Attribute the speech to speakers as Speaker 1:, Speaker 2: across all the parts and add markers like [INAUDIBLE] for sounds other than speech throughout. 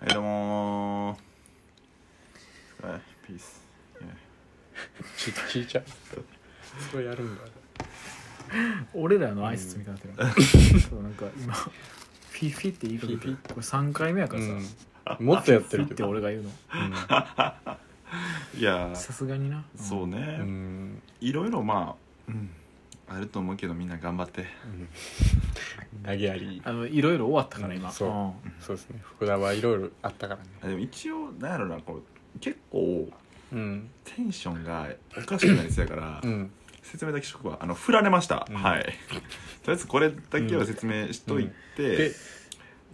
Speaker 1: はいどうもーはいピース
Speaker 2: ち聞いちゃうそれやるんだ
Speaker 3: 俺らの挨拶みたいになってる、
Speaker 2: [LAUGHS]
Speaker 3: そうなんか今フィフィって言いかけて
Speaker 2: フィ
Speaker 3: これ3回目やからさ、
Speaker 2: うん、もっとやってる
Speaker 3: フィ
Speaker 2: け
Speaker 3: って
Speaker 2: ど
Speaker 3: 俺が言うの
Speaker 1: いやー
Speaker 3: さすがにな、うん
Speaker 1: そうね、
Speaker 2: うん、うん
Speaker 1: いろいろまあ、うん、あると思うけどみんな頑張って
Speaker 2: 投げやり
Speaker 3: あのいろいろ終わったから今、
Speaker 2: うんそそうですね福田はいろいろあったからね
Speaker 1: あでも一応なんやろなこう結構
Speaker 2: うん
Speaker 1: テンションがおかしくなりそうやから、
Speaker 2: うん
Speaker 1: 説明だけしとくわあの振られました、
Speaker 2: うん
Speaker 1: はいとりあえずこれだけは説明しといて、
Speaker 2: で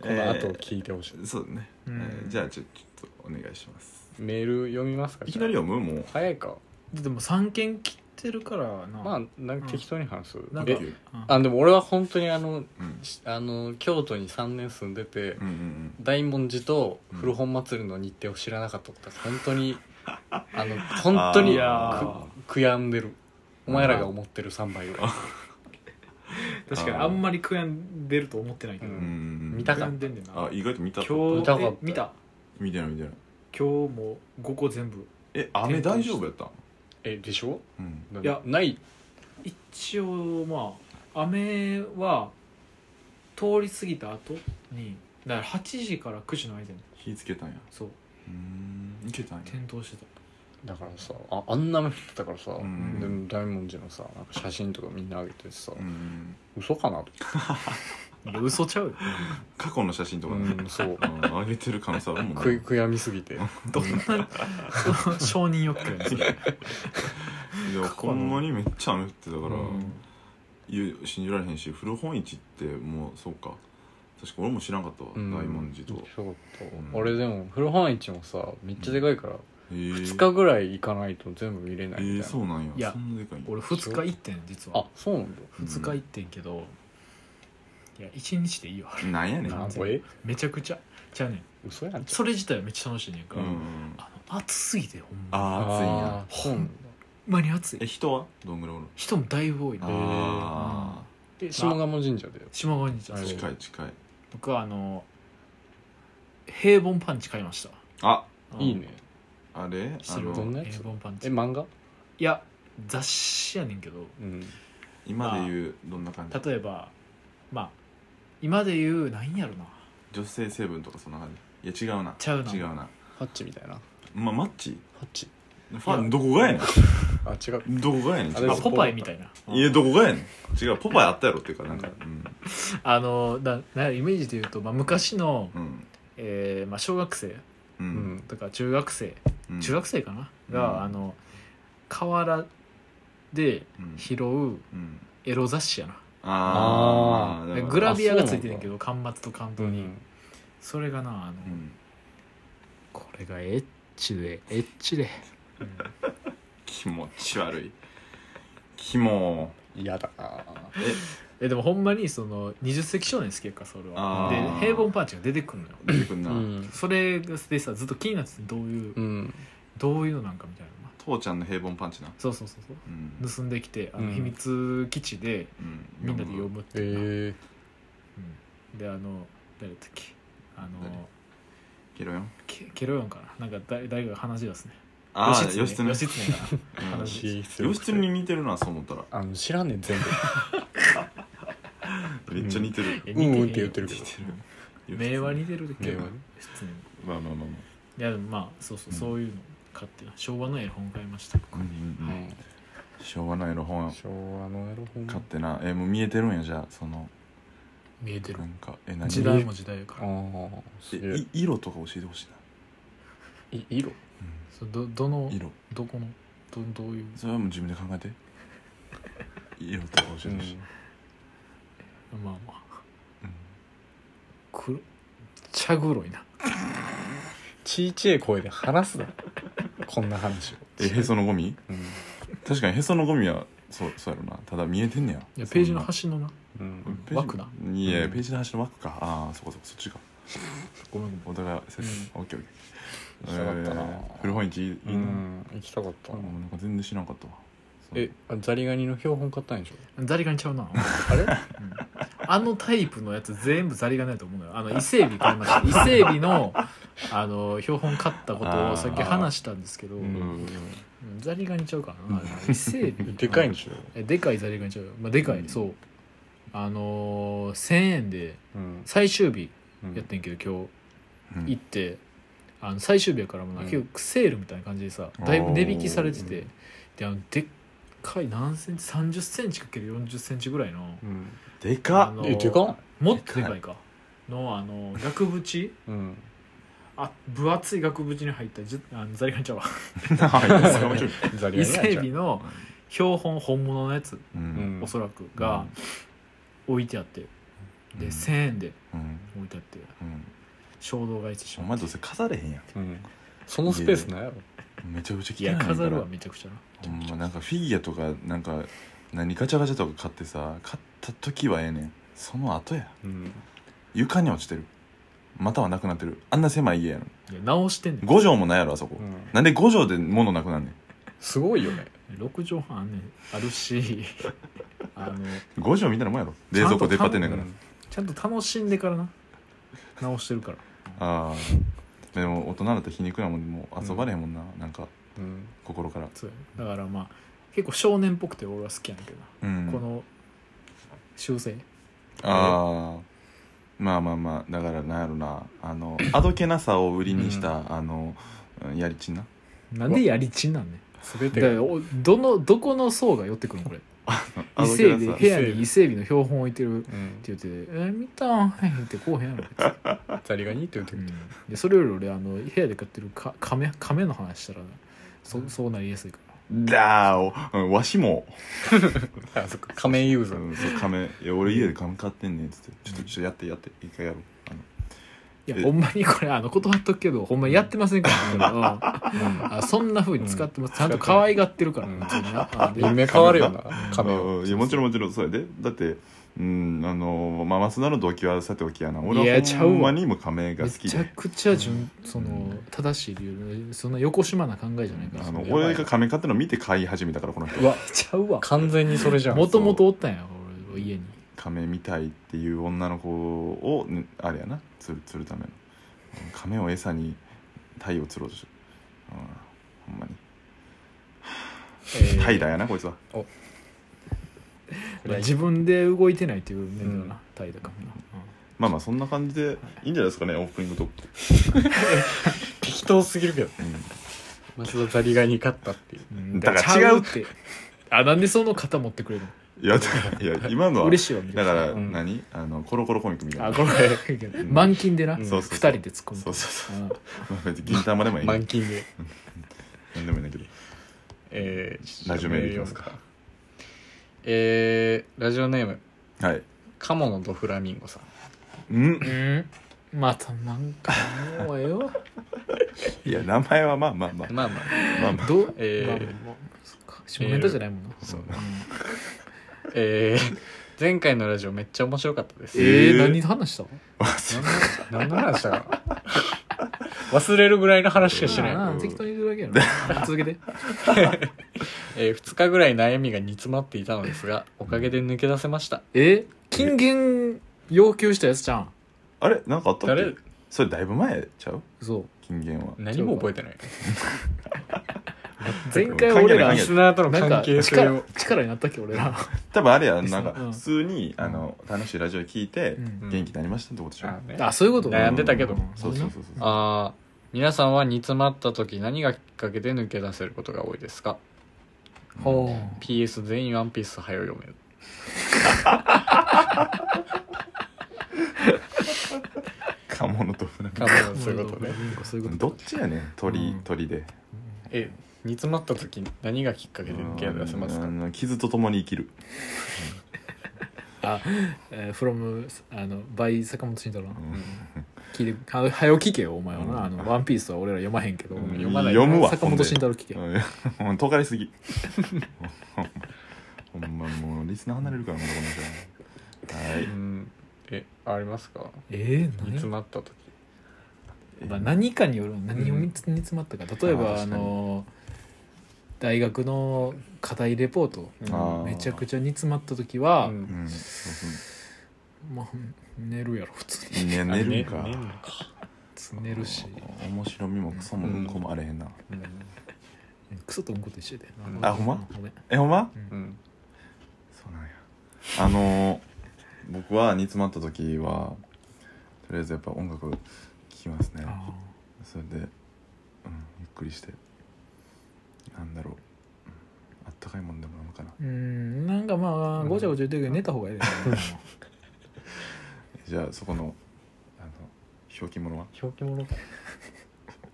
Speaker 2: この後聞いてほしい、
Speaker 1: えーそうだね、
Speaker 3: うん
Speaker 1: えーじゃあちょちょっとお願いします
Speaker 2: メール読みますか
Speaker 1: いきなり
Speaker 2: じゃあ
Speaker 1: 読むもう
Speaker 2: 早いか
Speaker 3: でも3件切ってるからな、
Speaker 2: まあなんか適当に話す、
Speaker 3: なんか
Speaker 2: え
Speaker 1: うん
Speaker 2: あでも俺は本当にあの
Speaker 1: うん
Speaker 2: しあの京都に3年住んでて、
Speaker 1: うんうん
Speaker 2: 大文字と古本祭りの日程を知らなかったことは本当にあの本当にく
Speaker 1: あ
Speaker 2: 悔やんでるお前らが思ってる3倍を
Speaker 1: [LAUGHS]
Speaker 3: 確かに
Speaker 1: あー
Speaker 3: あんまり悔やんでると思ってないけど、
Speaker 1: う
Speaker 2: うん
Speaker 1: うんうん
Speaker 2: 見た
Speaker 3: 悔やんでんねんな
Speaker 1: あ
Speaker 3: 今
Speaker 1: 意外と見た
Speaker 3: 日
Speaker 2: 見たかった
Speaker 3: え見た
Speaker 1: 見てない見てない
Speaker 3: 今日も5個全部
Speaker 1: え雨大丈夫やったん
Speaker 2: えでしょ
Speaker 1: うん
Speaker 2: ない
Speaker 3: や
Speaker 2: ない
Speaker 3: 一応まあ雨は通り過ぎた後にだから8時から9時の間に
Speaker 1: 火つけたんや
Speaker 3: そう
Speaker 1: うーんいけたんや
Speaker 3: 転倒してた
Speaker 2: だからさああんな目降ってたからさ、
Speaker 1: うん
Speaker 2: でも大文字のさなんか写真とかみんな上げてさ、
Speaker 1: うん
Speaker 2: 嘘かなと
Speaker 3: いや嘘ちゃうよ
Speaker 1: 過去の写真とか
Speaker 2: 思
Speaker 1: ね
Speaker 2: って、うん、そう
Speaker 1: うん上げてる可能性あるもん
Speaker 2: 悔
Speaker 1: ね
Speaker 2: 悔やみすぎて
Speaker 3: どんな承認欲求やねんそれ
Speaker 1: いやほんまにめっちゃ雨降ってたから、
Speaker 3: うん
Speaker 1: ゆ信じられへんし古本市ってもうそうか確か俺も知らんかったわ、
Speaker 2: うん
Speaker 1: 大文字とへ
Speaker 2: そうと、
Speaker 1: ん
Speaker 2: 俺でも古本市もさめっちゃでかいから、
Speaker 1: え
Speaker 2: 2日ぐらい行かないと全部見れないみたい
Speaker 1: え
Speaker 2: な、
Speaker 1: ー、そうなんや
Speaker 3: いや
Speaker 1: そんなでかいんや
Speaker 3: 俺2日行ってん実
Speaker 2: あ
Speaker 3: は
Speaker 2: そうなんだ
Speaker 3: 2日行ってんけどいや1日でいいよあれ
Speaker 1: なんやねん
Speaker 2: な
Speaker 3: 完
Speaker 2: ん
Speaker 3: 全
Speaker 2: か
Speaker 3: に
Speaker 2: え
Speaker 3: めちゃくちゃじゃあね
Speaker 2: 嘘やん
Speaker 3: それ自体はめっちゃ楽しいねんか
Speaker 1: う
Speaker 3: ら、
Speaker 1: ん
Speaker 3: あの暑すぎてほんま
Speaker 1: あー暑いんや
Speaker 2: あーそうなんだ
Speaker 3: ほんまに暑
Speaker 1: え
Speaker 3: い
Speaker 1: 人はどんぐらいおる
Speaker 3: 人もだいぶ多いね
Speaker 1: あ
Speaker 2: で下鴨神社で
Speaker 3: 下川にじゃ
Speaker 1: あ
Speaker 2: ー
Speaker 1: 近い近い
Speaker 3: 僕はあの平凡パンチ買いました
Speaker 1: あ
Speaker 3: うん
Speaker 2: いいね
Speaker 1: あれ
Speaker 3: 知っ
Speaker 1: あ
Speaker 3: てる
Speaker 2: どん
Speaker 1: の
Speaker 2: な
Speaker 3: 平
Speaker 2: やつ
Speaker 3: 凡パン
Speaker 2: え
Speaker 3: チ
Speaker 2: 漫画
Speaker 3: いや雑誌やねんけど
Speaker 2: うん
Speaker 1: 今で言うどんな感じ
Speaker 3: 例えばまあ今で言うなんやろな
Speaker 1: 女性成分とかそんな感じいや違うな
Speaker 3: ちゃうな
Speaker 1: 違うな
Speaker 2: ハッチみたいなハ
Speaker 1: まマッチ
Speaker 2: ッチ
Speaker 1: ファンどこがやね
Speaker 2: あ違うん
Speaker 1: どこがやねん
Speaker 2: あ
Speaker 1: 違
Speaker 2: で
Speaker 3: あ
Speaker 2: も
Speaker 1: う
Speaker 3: ポパイみたいない
Speaker 1: やどこがやねん違うポパイあったやろっていうかなんかうん
Speaker 3: あのだなんやイメージで言うと、まあ、昔の、
Speaker 1: うん
Speaker 3: えーまあ、小学生
Speaker 1: う
Speaker 2: うんん
Speaker 3: とか中学生、
Speaker 1: うん
Speaker 3: 中学生かな、
Speaker 1: うん
Speaker 3: があの河原で
Speaker 1: うん
Speaker 3: 拾う
Speaker 1: うん
Speaker 3: エロ雑誌やな、
Speaker 1: あ
Speaker 2: あ
Speaker 1: ー
Speaker 3: で
Speaker 1: だから
Speaker 3: グラビアがついてるけど巻末と関
Speaker 2: う
Speaker 3: 東に、
Speaker 2: ん
Speaker 3: それがなあの、
Speaker 1: うん
Speaker 3: これがエッチでエッチで、
Speaker 1: 気持ち悪いキモ
Speaker 2: 嫌だな
Speaker 3: えでもほんまにその20世紀少年好きやからそれ
Speaker 1: あ
Speaker 3: は
Speaker 1: ー
Speaker 3: で平凡パンチが出てくるのよ
Speaker 1: 出てくん
Speaker 2: う
Speaker 1: なん
Speaker 3: それでさずっと気になっててどういう、
Speaker 2: うん
Speaker 3: どういうのなんかみたいな
Speaker 1: 父ちゃんの平凡パンチな
Speaker 3: そうそうそうそう
Speaker 1: うん
Speaker 3: 盗んできてあ
Speaker 2: う
Speaker 3: の
Speaker 2: ん
Speaker 3: 秘密基地で
Speaker 1: うん
Speaker 3: みんなで読むっていうな、
Speaker 2: え
Speaker 3: うん、であの誰だっけあの
Speaker 1: 誰ケロよ
Speaker 3: ケケロヨンかななんか誰誰が話し出すね
Speaker 1: ああ
Speaker 3: 義
Speaker 1: 義
Speaker 3: 経
Speaker 1: 経
Speaker 3: 義経
Speaker 2: [LAUGHS]
Speaker 3: が
Speaker 1: うん
Speaker 3: 話
Speaker 2: ー
Speaker 1: 義経に似てるなそう思ったら
Speaker 2: あの知らんねん全部
Speaker 1: めっちゃ似てる
Speaker 3: いや
Speaker 2: うん
Speaker 3: 似
Speaker 2: う
Speaker 3: へ
Speaker 2: ん
Speaker 3: よ
Speaker 2: って言ってるけ
Speaker 1: 似
Speaker 2: ど
Speaker 1: てる
Speaker 3: 名は似てるけ
Speaker 2: 名
Speaker 3: ど
Speaker 2: はね
Speaker 3: 義経に
Speaker 1: まあまあまあま
Speaker 3: いやでもまあそうそう、
Speaker 1: うん
Speaker 3: そういうの買って昭和の絵本買いました
Speaker 1: あうんうんうん
Speaker 2: う
Speaker 1: 昭和のエロ本
Speaker 2: ん昭和のエロ
Speaker 1: 買っ
Speaker 2: 本
Speaker 1: てなえもう見えてるんやじゃあその
Speaker 3: 見えて
Speaker 1: なんかえ何
Speaker 3: 時代も時代やから
Speaker 2: ああすげ
Speaker 1: え
Speaker 2: え
Speaker 1: い色とか教えてほしい
Speaker 2: い色
Speaker 3: そうどどの
Speaker 1: な色
Speaker 3: どこのどどういう
Speaker 1: それはもう自分で考えて色とか教えてほしい
Speaker 3: まあまあ黒茶黒いな
Speaker 2: ちいちゃい声で話すなこんな話を
Speaker 1: えへそのゴミ
Speaker 2: うん
Speaker 1: 確かにへそのゴミはそうそうやろなただ見えてんねや
Speaker 3: いやページの
Speaker 1: そんな
Speaker 3: 端のな
Speaker 2: うん
Speaker 1: ページ
Speaker 3: 枠ない
Speaker 1: や
Speaker 2: うん
Speaker 1: ページの端の枠かああそこそこそっちか
Speaker 3: ごめんご
Speaker 1: お
Speaker 3: めん
Speaker 1: 互いせオッケーオッケー
Speaker 2: 行きたかったな
Speaker 1: えー古本市いい
Speaker 2: うん行きたかった
Speaker 1: なもうなんか全然知らんかったわ
Speaker 2: えあザリガニの標本買ったんでしょ
Speaker 3: ザリガニちゃうな
Speaker 2: あれ
Speaker 3: あのタイプのやつ全部ザリガニだと思うのよあの伊勢海老買いました伊勢海老のあの標本買ったことをさっき話したんですけど、
Speaker 2: ん
Speaker 3: うんザリガニちゃうかな伊勢海老
Speaker 2: [LAUGHS] でかいんでしょ、
Speaker 3: えでかいザリガニちゃうよ、まあ、でかい、
Speaker 1: うん
Speaker 3: そうあのー、1000円で
Speaker 2: うん
Speaker 3: 最終日
Speaker 2: うん
Speaker 3: やってんけど
Speaker 1: う
Speaker 3: 今
Speaker 1: ん
Speaker 3: 日行ってあの最終日やからもな
Speaker 2: うん
Speaker 3: 結構セールみたいな感じでさだいぶ値引きされててであのでっかい何センチ3 0ンチかける4 0ンチぐらいの
Speaker 2: うん
Speaker 1: で
Speaker 3: あ
Speaker 1: かっ [LAUGHS]
Speaker 3: の
Speaker 2: えでかっ
Speaker 3: もっとでかいかのあの額縁
Speaker 2: うん
Speaker 3: あ分厚い額縁に入ったじゅあのザリガニちゃうわ
Speaker 1: はい
Speaker 2: ザリ
Speaker 3: 伊
Speaker 2: ガニなん
Speaker 3: 勢
Speaker 2: ちゃう
Speaker 3: 海老の標本本物のやつ
Speaker 1: うん
Speaker 3: おそらくが置いてあってで1000円で
Speaker 1: うん
Speaker 3: 置いてあって
Speaker 1: うん
Speaker 3: 衝動買いしてし
Speaker 1: お
Speaker 3: まう
Speaker 1: 前どうせ飾れへんや
Speaker 2: うんそのスペースないやろ
Speaker 1: んめちゃくちゃ
Speaker 3: い
Speaker 1: 汚い
Speaker 3: や
Speaker 1: から
Speaker 3: 飾るわめちゃくちゃな
Speaker 1: ほんまなんかフィギュアとかなんか何ガチャガチャとか買ってさ買った時はええねんその後や
Speaker 2: うん
Speaker 1: 床に落ちてるまたはなくなってるあんな狭い家やの
Speaker 3: いや直してんねん
Speaker 1: 5畳もないやろあそこ、
Speaker 2: うん
Speaker 1: なんで5畳で物なくなんね
Speaker 2: すごいよね
Speaker 3: 6畳半あんねんあるしあの
Speaker 1: ん5畳みたいなもんやろ
Speaker 3: ち
Speaker 1: 冷
Speaker 3: ゃん
Speaker 1: 蔵
Speaker 3: と
Speaker 1: 庫出っ張ってんねん
Speaker 2: う
Speaker 1: から、
Speaker 2: ん
Speaker 3: ちゃんと楽しんでからな直してるから
Speaker 1: ああでも大人だと皮肉なもんでもう遊ばれへんもんな、なんか
Speaker 2: うん
Speaker 1: 心から
Speaker 3: そうやだからまあ結構少年っぽくて俺は好きやねんけどな、
Speaker 1: うん
Speaker 3: この修正
Speaker 1: ああまあまあまあだからなんやろなあのあどけなさを売りにした、あのうんやりちんな
Speaker 3: なんでやりちんなんねん
Speaker 2: 全
Speaker 3: だ
Speaker 2: て
Speaker 3: か
Speaker 2: が
Speaker 3: らおどのどこの層が寄ってくるのこれ伊
Speaker 1: あど
Speaker 3: 勢
Speaker 1: け
Speaker 3: 海
Speaker 1: な
Speaker 3: 老
Speaker 1: さ
Speaker 3: 部屋に伊勢海老の標本置いてるっ
Speaker 2: うん
Speaker 3: て言って「え見たん?」ってこうへんやろ別に
Speaker 2: ザリガニって言うて
Speaker 3: うんでそれより俺あの部屋で飼ってるか亀亀の話したらそそうなりやすいから
Speaker 1: だーお、うん、わしも、
Speaker 2: あそっか仮面ユー
Speaker 1: う
Speaker 2: ザー
Speaker 1: ん、そう亀いや俺家で亀飼ってんねんっつってちょっとちょっとやってやって一回やろうあの
Speaker 3: いや
Speaker 1: え
Speaker 3: ほんまにこれあの断っとくけどほんまやってませんから、
Speaker 1: [LAUGHS]
Speaker 3: うんあそんなふうに使ってます、ちゃんと可愛がってるから、
Speaker 2: うん
Speaker 3: 別になあで
Speaker 2: 夢変わるよな
Speaker 1: あ
Speaker 2: 亀を
Speaker 1: のいやもちろんもちろんそれでだってうんあのまあ松田の動機はさておきやない俺
Speaker 3: や
Speaker 1: は
Speaker 3: ちゃ
Speaker 1: ほ
Speaker 3: うわ
Speaker 1: んまにも亀が
Speaker 3: め
Speaker 1: 好き
Speaker 3: ちゃ
Speaker 1: で
Speaker 3: くちゃ順その
Speaker 1: うん
Speaker 3: 正しい理由そんな横島な考えじゃないから
Speaker 1: あ
Speaker 3: そ
Speaker 1: の
Speaker 3: の
Speaker 1: 俺が亀飼ってるの見て飼い始めたからこの人
Speaker 2: うわ
Speaker 3: ちゃうわ
Speaker 2: 完全にそれじゃん
Speaker 3: もともとおったんや俺家に
Speaker 1: 亀みたいっていう女の子を、ね、あれやな釣る釣るためのうん亀を餌に鯛を釣ろうとしてる、うん、ほんまに
Speaker 2: えー
Speaker 1: 鯛だやなこいつは
Speaker 2: これは
Speaker 3: 自分で動いてないっていう面だな態度かもな、
Speaker 1: まあまあそんな感じでいいんじゃないですかねオープニングトーク
Speaker 2: 適当すぎるけど松田ザリガニ勝ったっていう
Speaker 3: うん
Speaker 1: だから違う
Speaker 3: ってあなんでその肩持ってくれる
Speaker 1: いやだからいや今の
Speaker 3: の
Speaker 1: は
Speaker 3: 嬉しいわみ
Speaker 1: だ
Speaker 3: たい
Speaker 1: か
Speaker 3: な
Speaker 1: ら
Speaker 2: うん
Speaker 1: 何、あのコロコロコミックみたい
Speaker 3: あ
Speaker 1: な
Speaker 3: これ満金でな
Speaker 2: うん
Speaker 3: 二
Speaker 1: そうそうそう
Speaker 3: 人で突っ込む
Speaker 1: そうそうそう
Speaker 3: うん
Speaker 1: まあ別に銀玉でもいい
Speaker 2: 満金で
Speaker 1: 何でもいいんだけど
Speaker 2: えー
Speaker 1: ラジオメールいきますか
Speaker 2: えーラジオネーム
Speaker 1: はい
Speaker 2: カモのドフラミンゴさん
Speaker 1: うん
Speaker 3: うんまたなんかもうええわ
Speaker 1: いや名前はまあまあまあ
Speaker 2: まあまあ
Speaker 1: まあまあ
Speaker 3: どう
Speaker 2: えー
Speaker 3: まあまあそっか下ネタじゃないもんな、
Speaker 1: そう [LAUGHS]
Speaker 2: えー前回のラジオめっちゃ面白かったです
Speaker 3: え
Speaker 1: えー
Speaker 3: えー、何話した
Speaker 1: 忘れ
Speaker 2: 何の話したかな忘れるぐらいの話しかしてない
Speaker 3: あ
Speaker 1: うん
Speaker 3: あ適当に言うだけやろ続けて
Speaker 2: え2日ぐらい悩みが煮詰まっていたのですがおかげで抜け出せました
Speaker 3: え金言要求したやつじゃん
Speaker 1: あれなんかあったっ
Speaker 2: 誰
Speaker 1: けそれだいぶ前ちゃう
Speaker 3: そう
Speaker 1: 金言は
Speaker 2: 何も覚えて [LAUGHS] ない
Speaker 3: 前回俺ら
Speaker 1: 関
Speaker 2: リ
Speaker 1: 係
Speaker 2: スナーとの
Speaker 3: なんか
Speaker 2: 関係性
Speaker 3: 力
Speaker 2: を
Speaker 3: 力になったっけ俺ら、
Speaker 1: 多分あれやなんか
Speaker 3: うん
Speaker 1: 普通にあの楽しいラジオ聞いて
Speaker 3: うん
Speaker 2: ん
Speaker 1: 元気になりましたってことでしょ
Speaker 2: あね
Speaker 3: あそういうこと
Speaker 2: 悩んでたけど
Speaker 3: うん
Speaker 1: そうそうそうそう
Speaker 2: あー皆さんは煮詰まった時何がきっかけで抜け出せることが多いですか
Speaker 3: ほ
Speaker 2: PS 全員ワンピース早よ読め
Speaker 1: カモノと船
Speaker 2: か
Speaker 3: う
Speaker 2: もそういう [LAUGHS] ことね
Speaker 3: そういうこと
Speaker 1: どっちやねん鳥
Speaker 3: うん
Speaker 1: 鳥で
Speaker 2: え煮詰まった時何がきっかけで抜け出せますか
Speaker 1: あの傷とともに生きる
Speaker 3: あ、えー、from あの by 坂本慎太郎の
Speaker 1: うん
Speaker 3: 聞いては早聞けよお前はな、
Speaker 1: うん
Speaker 3: あのワンピースは俺ら読まへんけど、
Speaker 1: うん
Speaker 2: 読まない、
Speaker 1: 読むわ
Speaker 3: 坂本慎太郎聞け、
Speaker 1: うん [LAUGHS] とがりすぎほんまもうリスナー離れるからもうこの人はいう
Speaker 2: んえありますか
Speaker 3: え
Speaker 2: 煮
Speaker 3: ー、
Speaker 2: 詰
Speaker 3: 何
Speaker 2: まった時
Speaker 1: え
Speaker 3: まあ、何かによる何を煮つ煮詰まったか例えば、
Speaker 1: あー
Speaker 3: あの大学の課題レポート
Speaker 1: あー
Speaker 3: めちゃくちゃ煮詰まった時は、
Speaker 4: うん
Speaker 1: うん、そう
Speaker 3: まあ、寝るやろ普通
Speaker 1: そう
Speaker 3: に
Speaker 1: ね、寝るんか
Speaker 2: 寝るのか
Speaker 3: 寝るし
Speaker 1: 面白みもクソもうんこもあれへんな、
Speaker 4: うん
Speaker 3: クソとうんこと一緒で
Speaker 1: あほんま
Speaker 3: ごめん
Speaker 1: えほんま
Speaker 4: うん
Speaker 1: そうなんやあのー、僕は煮詰まった時はとりあえずやっぱ音楽聴きますね
Speaker 3: あ
Speaker 1: それで、うん、ゆっくりしてなんだろううんあったかいもんでも飲むかな
Speaker 3: ーうんなんかまあごちゃごちゃ言ってるけど寝た方がいいです [LAUGHS] ね
Speaker 1: じゃあそこのあの表記物は
Speaker 2: 表記物か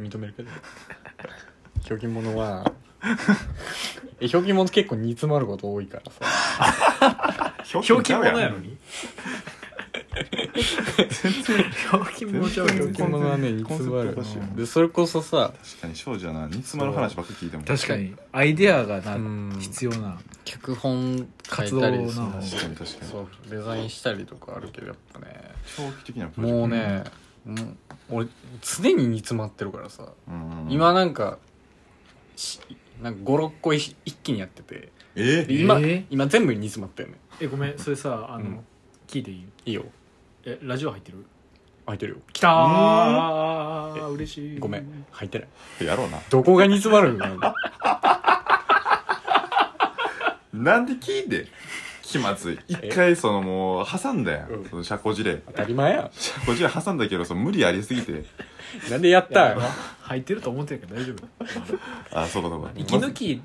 Speaker 2: 認めるけど表記物はえ表記物結構煮詰まること多いからさ
Speaker 3: 表記物やの
Speaker 1: ん
Speaker 3: に
Speaker 1: 全然
Speaker 3: 表記物じゃん
Speaker 1: 全
Speaker 2: 表記
Speaker 1: 然
Speaker 2: 物はね煮
Speaker 1: コンセ
Speaker 2: 詰
Speaker 1: プトお
Speaker 2: まる
Speaker 1: かしいよ
Speaker 2: でそれこそさ
Speaker 1: 確かに少女はな煮詰まる話ばっか聞いても
Speaker 3: 確かにアイデアがな、
Speaker 2: うん
Speaker 3: 必要な
Speaker 2: 脚本書いたり
Speaker 3: 活動な
Speaker 2: さ
Speaker 3: に
Speaker 1: 確かに確かに
Speaker 2: そうデザインしたりとかあるけどやっぱね
Speaker 1: 長期的なプロジェク
Speaker 2: もうね、もう俺常に煮詰まってるからさ、
Speaker 1: トうん
Speaker 2: 今なんかしなんか56個い一気にやってて
Speaker 1: え
Speaker 2: で今,、
Speaker 3: えー
Speaker 2: 今全部に煮詰まってんね
Speaker 3: えごめんそれさあの、
Speaker 2: うん
Speaker 3: 聞いていい
Speaker 2: いいよ
Speaker 3: えラジオ入ってる
Speaker 2: 入ってるよ
Speaker 3: きた
Speaker 1: ー
Speaker 3: ー嬉しい
Speaker 2: ごめん入ってない
Speaker 1: やろうな
Speaker 2: どこが煮詰まるんだろうな
Speaker 1: なんで聞いて気まずい一回そのもう挟んだや
Speaker 2: うん
Speaker 1: んその社交辞令
Speaker 2: 当たり前や
Speaker 1: 社交辞令挟んだけどその無理ありすぎ
Speaker 2: [LAUGHS]
Speaker 1: て
Speaker 2: なんでやったんやろ
Speaker 3: 入ってると思ってるから大丈夫
Speaker 1: あそうかそうか
Speaker 3: 息抜き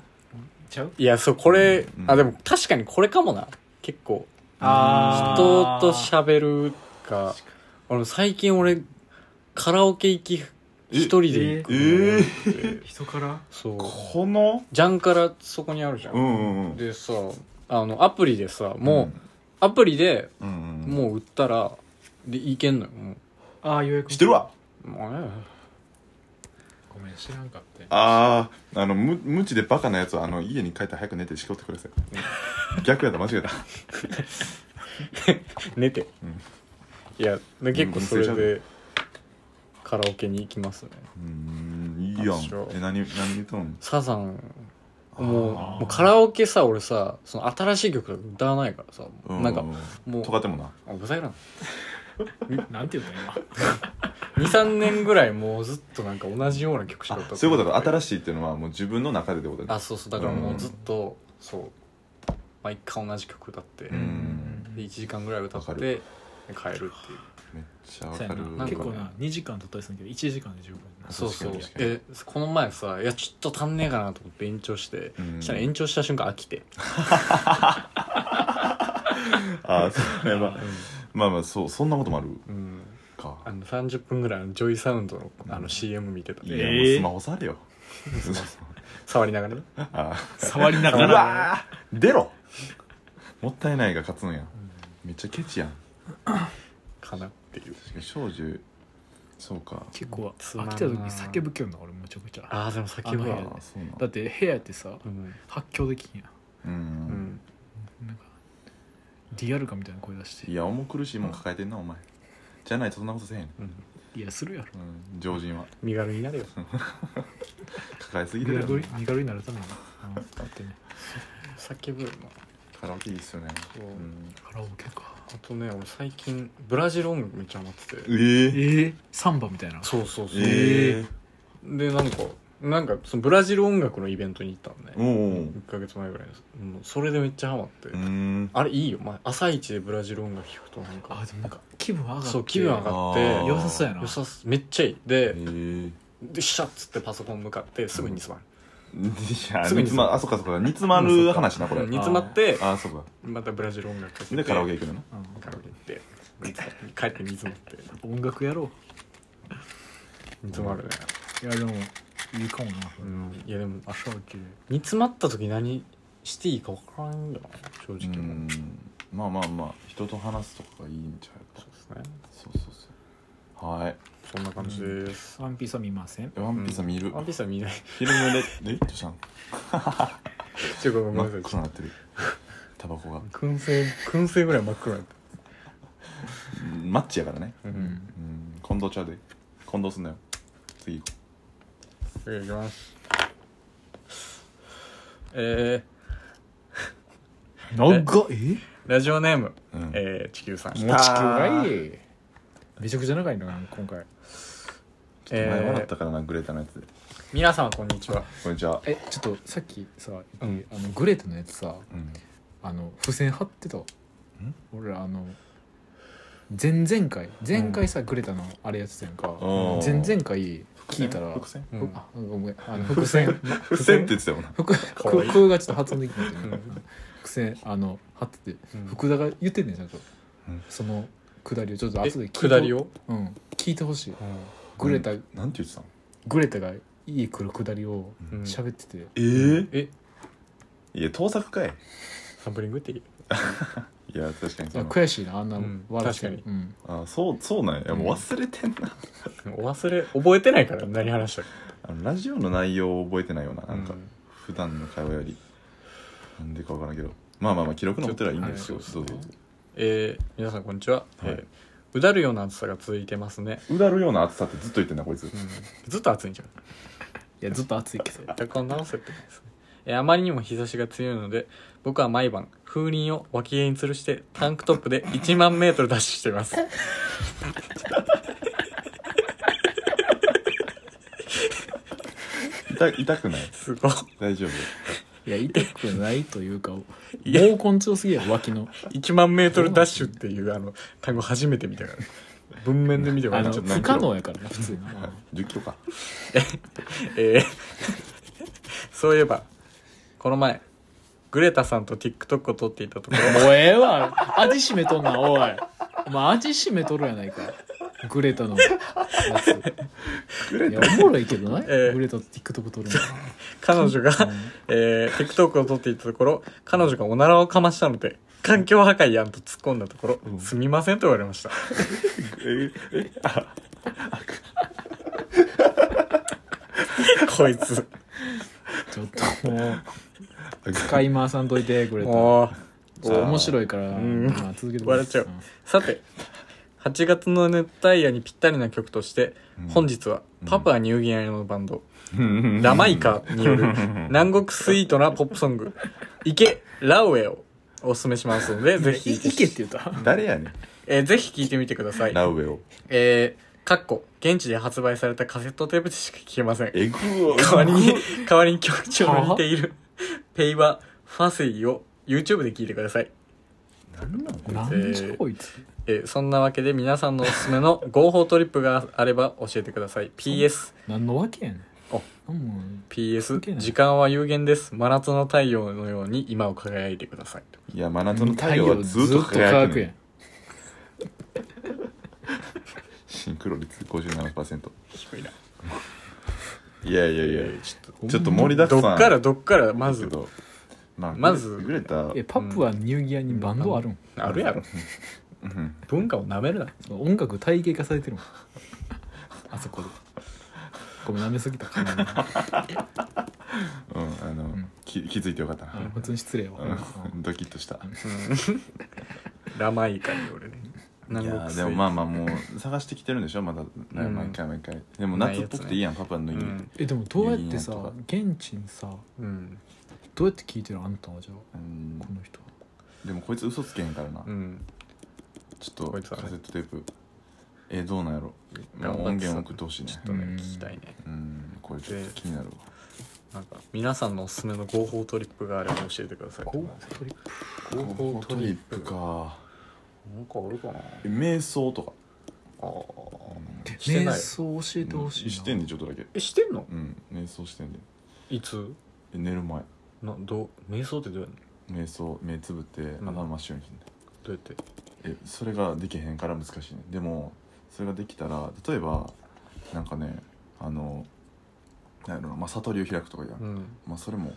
Speaker 3: ちゃう
Speaker 2: いやそうこれ、
Speaker 1: うん
Speaker 2: あでも確かにこれかもな結構
Speaker 3: あ
Speaker 2: 人と喋るか俺最近俺カラオケ行き一人で行くの
Speaker 1: え
Speaker 2: え
Speaker 3: 人から
Speaker 2: そう
Speaker 1: この
Speaker 2: ジャンからそこにあるじゃん、
Speaker 1: うんうんうん
Speaker 2: でさあのアプリでさも
Speaker 1: ん
Speaker 2: うアプリで
Speaker 1: うんうんうん
Speaker 2: もう売ったらでいけんのよも
Speaker 3: ああ予約
Speaker 1: してるわ
Speaker 2: うもうね
Speaker 3: ごめん知らんかった
Speaker 1: あああのむ無知でバカなやつはあの家に帰ったら早く寝てしこってください逆やった間違えた
Speaker 2: 寝て、
Speaker 1: うん
Speaker 2: いやで結構それ
Speaker 1: うん見せちゃ
Speaker 2: でカラオケに行きますね
Speaker 1: うーんいいやん
Speaker 2: あそう
Speaker 1: え何何歌うん
Speaker 2: サザンもう
Speaker 1: あー
Speaker 2: もうカラオケさ俺さその新しい曲とか歌わないからさ、
Speaker 1: う
Speaker 2: なんかもう
Speaker 1: とかってもな
Speaker 2: あうざいな
Speaker 3: なんて言うの今
Speaker 2: 23年ぐらいもうずっとなんか同じような曲しか
Speaker 1: あ
Speaker 2: 歌ってない
Speaker 1: そういうことだ新しいっていうのはもう自分の中でってことね
Speaker 2: あそうそうだからもううんずっとそう毎回同じ曲歌って、
Speaker 1: ん
Speaker 2: で1時間ぐらい歌っ
Speaker 1: わか
Speaker 2: て
Speaker 1: る
Speaker 2: で帰るっていう
Speaker 1: めっちゃわ
Speaker 3: そ
Speaker 1: か
Speaker 3: うや
Speaker 1: る
Speaker 3: な
Speaker 2: なん
Speaker 3: 結
Speaker 2: か
Speaker 3: 構な2時間とったりするけど1時間で十分やな
Speaker 2: そうそう
Speaker 1: 確かに
Speaker 2: えこの前さいやちょっと足んねえかなと思って延長して、
Speaker 1: うん
Speaker 2: したら延長した瞬間飽きて、
Speaker 1: あそれはまあまあそうそんなこともある
Speaker 2: うん、
Speaker 1: か
Speaker 2: あの30分ぐらいあのジョイサウンドのあ
Speaker 1: う
Speaker 2: の
Speaker 1: ん
Speaker 2: CM 見てた、
Speaker 1: いや、
Speaker 3: え
Speaker 1: もうスマホ触れよ
Speaker 2: 触りながらね
Speaker 1: あ
Speaker 3: 触りな
Speaker 1: う
Speaker 3: がら
Speaker 1: わー出ろもったいないが勝つんやめっちゃケチやん
Speaker 2: かなっていう
Speaker 1: 確かに少女そうか
Speaker 3: 結構
Speaker 2: つまん
Speaker 3: 飽
Speaker 2: な
Speaker 3: きた時叫ぶけどな俺めちゃくちゃ
Speaker 2: ああでも先
Speaker 3: あ
Speaker 1: あ
Speaker 3: の
Speaker 2: は
Speaker 1: ーそうなん
Speaker 3: だって部屋ってさ
Speaker 2: うん
Speaker 3: 発狂できんや
Speaker 1: うん、
Speaker 2: うんん
Speaker 3: んなんかリアルかみたいな声出して
Speaker 1: いや重苦しいもん抱えてんなお前じゃないとそんなことせえへん、
Speaker 2: うん
Speaker 3: いやするやろ
Speaker 1: うん、常人は
Speaker 2: 身軽になるよ
Speaker 1: 抱えすぎ
Speaker 3: 身
Speaker 1: てるやろ
Speaker 3: 軽に身軽になるためにあのだってね
Speaker 2: 叫ぶよな
Speaker 1: カラオケいいっすよね、
Speaker 2: そう
Speaker 1: うん、
Speaker 3: カラオケか
Speaker 2: あとね俺最近ブラジル音楽めっちゃハマってて
Speaker 1: えー、え
Speaker 3: ええサンバみたいな
Speaker 2: そうそうそう、
Speaker 1: え
Speaker 2: でなんかなんかそのブラジル音楽のイベントに行ったのね、
Speaker 1: ー、おう
Speaker 2: 1ヶ月前ぐらいですもうそれでめっちゃハマって、
Speaker 1: うーん
Speaker 2: あれいいよ、まあ、朝一でブラジル音楽聴くとなん
Speaker 3: あ
Speaker 2: か
Speaker 3: でもなんか気分上がって
Speaker 2: そう気分上がって
Speaker 1: あー
Speaker 3: 良さそうやな
Speaker 2: 良さすめっちゃいい
Speaker 1: え
Speaker 2: で
Speaker 1: ー
Speaker 2: でシャッつってパソコン向かってすぐに詰まる、
Speaker 1: いや
Speaker 2: すぐに
Speaker 1: 煮詰まあそっかそっか煮詰まる話なこれ、
Speaker 2: うん煮詰まって
Speaker 1: あそうか
Speaker 2: またブラジル音楽かけて
Speaker 1: でカラオケ行くのな
Speaker 3: うん
Speaker 2: カラオケ行って帰って煮詰まって煮
Speaker 3: 音楽やろ
Speaker 2: 詰まるね、
Speaker 3: ういやでもいいかもな
Speaker 2: うん、いやでもあ
Speaker 3: 朝起きる
Speaker 2: 煮詰まった時何していいか分からんよな正
Speaker 1: う
Speaker 2: 直も
Speaker 1: んまあまあまあ人と話すとかがいいんちゃう
Speaker 2: そ
Speaker 1: か
Speaker 2: うですね
Speaker 1: そうそうそうはい
Speaker 2: そんな感じです、
Speaker 3: ワンピースは見ません
Speaker 1: えワンピースは見る、
Speaker 2: ワンピースは見ない。
Speaker 1: フィルムレッえどうしたん
Speaker 2: ちょっとごめ
Speaker 1: 真
Speaker 2: ん
Speaker 1: っ
Speaker 2: なさ
Speaker 1: 黒
Speaker 2: い。
Speaker 1: になってるタバコが
Speaker 2: 燻製、燻製ぐらい真っ黒だっ
Speaker 1: うんマッチやからね
Speaker 2: た。う。
Speaker 3: うん
Speaker 1: うん近藤ちゃうで近藤すんなよ次行こう
Speaker 2: いただきます。え
Speaker 1: 長っえ
Speaker 2: ー、ラジオネーム、
Speaker 1: うん
Speaker 2: えー、地球さん
Speaker 1: もう地球
Speaker 2: え
Speaker 1: がいい
Speaker 3: いめちゃくちゃ長いな今回
Speaker 1: ちょっと前笑っ
Speaker 2: ー
Speaker 1: たからなグレタのやつで
Speaker 2: 皆様こんにちは
Speaker 1: こんにちは
Speaker 3: えちょっとさっきさ、
Speaker 2: うん
Speaker 3: あのグレートのやつさ
Speaker 1: うん
Speaker 3: あの付箋貼ってたわ俺らあの前々回前回さ、グレタのあれやってたやんか
Speaker 1: おー
Speaker 3: 前々回聞いたら
Speaker 1: 伏線
Speaker 2: う
Speaker 3: ふ
Speaker 2: ん
Speaker 3: あごめんあの伏線
Speaker 1: 伏線って言ってたよな
Speaker 3: 伏
Speaker 2: かわいい
Speaker 3: [LAUGHS] 空がちょっと発音できない
Speaker 2: うん
Speaker 3: 伏線あの貼ってて
Speaker 2: うん
Speaker 3: 福田が言ってんねんちゃんと、
Speaker 1: うん
Speaker 3: そのくだりをちょっと
Speaker 2: え
Speaker 3: 後で聞いて
Speaker 2: 下りを、
Speaker 3: うん聞いてほしいグレタ、
Speaker 1: なんて言ってたの
Speaker 3: グレタが家来るくだりを
Speaker 2: うん
Speaker 3: 喋ってて、
Speaker 1: え
Speaker 2: え
Speaker 1: いや盗作かい
Speaker 2: サンプリングっていい
Speaker 1: いや確かにそ
Speaker 3: あ
Speaker 1: の
Speaker 3: 悔しいなあんな
Speaker 2: うん
Speaker 3: 笑って、
Speaker 2: 確か
Speaker 3: うん
Speaker 1: あそうそうなんやいやもう忘れてんな [LAUGHS]
Speaker 2: お忘れ覚えてないから何話したか
Speaker 1: あのラジオの内容を覚えてないようななんか
Speaker 2: うん
Speaker 1: 普段の会話よりなんでかわからんけどまあまあまあ記録残ってりゃいいんですよ
Speaker 2: ち
Speaker 1: ど
Speaker 2: ょ
Speaker 1: う
Speaker 2: っと
Speaker 1: ぞ
Speaker 2: はいえー、皆さんこんにちは、
Speaker 1: はい
Speaker 2: えーうだるような暑さが続いてますね、
Speaker 1: うだるような暑さってずっと言ってんなこいつ
Speaker 2: うん、ずっと暑いんじゃん
Speaker 3: いやずっと暑いけど
Speaker 2: エアコン直せってことですねえーあまりにも日差しが強いので僕は毎晩風鈴を脇毛に吊るしてタンクトップで1万メートルダッシュしています
Speaker 1: 痛痛くない
Speaker 2: すごい
Speaker 1: 大丈夫
Speaker 3: いや痛くないというか
Speaker 2: [LAUGHS] いや
Speaker 3: 毛根強すぎや
Speaker 2: [LAUGHS]
Speaker 3: ろ脇の
Speaker 2: 1万メートルダッシュっていうあの単語初めて見たから文面で見ても
Speaker 3: あ
Speaker 2: らっ
Speaker 3: の
Speaker 2: ちゃった
Speaker 1: な
Speaker 3: 不可能やからな普通な、
Speaker 1: 1 0キロか
Speaker 2: えーそういえばこの前グレタさんと TikTok を撮っていたところ
Speaker 3: もうええわ味しめとんなおいお前味しめとるやないかグレタのや
Speaker 2: [LAUGHS]
Speaker 3: つ
Speaker 1: グレ
Speaker 3: い
Speaker 1: タ
Speaker 3: やおもろいけどな、
Speaker 2: ええ
Speaker 3: グレタと
Speaker 2: [LAUGHS]
Speaker 3: TikTok 撮るの
Speaker 2: 彼女が、 [LAUGHS] えー、TikTok を撮っていたところ、彼女がおならをかましたので、環境破壊やんと突っ込んだところ、
Speaker 1: うん
Speaker 2: すみませんと言われま
Speaker 1: [LAUGHS]
Speaker 2: した。
Speaker 1: ええ
Speaker 2: こ
Speaker 1: [LAUGHS]
Speaker 2: いつ。
Speaker 3: ちょっともう
Speaker 1: え
Speaker 3: 使い回さんといてグレタ
Speaker 2: もう、
Speaker 3: そう面白いから、
Speaker 2: ん
Speaker 3: まあ、続けて
Speaker 2: 笑っちゃうさて、8月の熱帯夜にぴったりな曲として、
Speaker 1: うん
Speaker 2: 本日はパプアニューギニアのバンド、
Speaker 1: うん
Speaker 2: ラマイカによる南国スイートなポップソング、イケ・ラウエをおすすめしますので、ぜ
Speaker 3: い
Speaker 2: ひ、
Speaker 3: いけって言った
Speaker 1: [LAUGHS] 誰やねん
Speaker 2: えーぜひ聴いてみてください。
Speaker 1: ラウエを
Speaker 2: えー、かっこ、現地で発売されたカセットテープでしか聴けません。
Speaker 1: えぐ
Speaker 2: 代わり
Speaker 1: ー
Speaker 2: に、代わりに曲調に似ている、ペイはファセイを YouTube で聴いてください。
Speaker 1: なんなんこれ
Speaker 3: なんじゃこいつ
Speaker 2: えーそんなわけで皆さんのおすすめの合法トリップがあれば教えてください。PS、
Speaker 3: 何のわけやねん
Speaker 2: あ
Speaker 3: うん、関係
Speaker 2: PS、
Speaker 3: ない
Speaker 2: 時間は有限です。真夏の太陽のように今を輝いてください。
Speaker 1: いや真夏の太陽はずっと輝くねんシンクロ率57%
Speaker 2: 低いな。
Speaker 1: いやいやいや
Speaker 2: ちょっ
Speaker 1: ちょっと盛りだくさ
Speaker 2: と、
Speaker 1: ん
Speaker 2: どっからどっから、ま
Speaker 1: だ
Speaker 2: ず
Speaker 1: け、どまあ
Speaker 2: まず
Speaker 1: グレタ
Speaker 3: えパプアニューギアにバンドあるん、
Speaker 2: あるやろ。
Speaker 1: うん
Speaker 2: 文化を舐めるな。
Speaker 3: 音楽体系化されてるもん [LAUGHS] あそこでごめん舐めすぎたか
Speaker 1: う
Speaker 3: な
Speaker 1: んあの
Speaker 3: ん
Speaker 1: き気づいてよかった
Speaker 3: あの
Speaker 1: な
Speaker 3: 普通に失礼やわ
Speaker 1: うんドキッとした
Speaker 2: ラマイカに俺ね。
Speaker 1: い
Speaker 2: 南
Speaker 1: や
Speaker 2: 国
Speaker 1: ー
Speaker 2: 水
Speaker 1: でもまあまあもう探してきてるんでしょまだ
Speaker 2: ん
Speaker 1: 毎回毎回でも夏っぽくていいやんパパの家
Speaker 2: うん
Speaker 3: えでもどうやってさ
Speaker 1: ニューギアとか
Speaker 3: 現地にさ
Speaker 2: うん。
Speaker 3: どうやって聞いてるあんたはじゃあ
Speaker 1: うん
Speaker 3: この人は
Speaker 1: でもこいつ嘘つけへんからな
Speaker 2: うん。
Speaker 1: ちょっと
Speaker 2: こいつはね
Speaker 1: カセットテープえどうなんやろまあ
Speaker 2: 頑張って
Speaker 1: 音源送ってほしいね
Speaker 2: ちょっとね
Speaker 3: うん
Speaker 2: 聞きたいね
Speaker 1: うんこれちょっと気になるわ
Speaker 2: なんか皆さんのおすすめの合法トリップがあれば教えてください
Speaker 1: 合法トリップか
Speaker 2: なんかあるかな
Speaker 1: え瞑想とか
Speaker 2: ああして
Speaker 3: 瞑
Speaker 2: ない
Speaker 3: 想教えてほしいな
Speaker 1: してんでちょっとだけ
Speaker 2: えしてんの
Speaker 1: うん瞑想してんで
Speaker 2: いつ
Speaker 1: え寝る前
Speaker 2: などう瞑想ってどうやんの
Speaker 1: 瞑想目つぶって
Speaker 2: ん
Speaker 1: 頭真っ白にしてんだ
Speaker 2: どうやって
Speaker 1: えそれができへんから難しいねでもそれができたら例えばなんかねあのなんやろな、まあ、悟りを開くとかや、ん、
Speaker 2: ん
Speaker 1: まあ、それも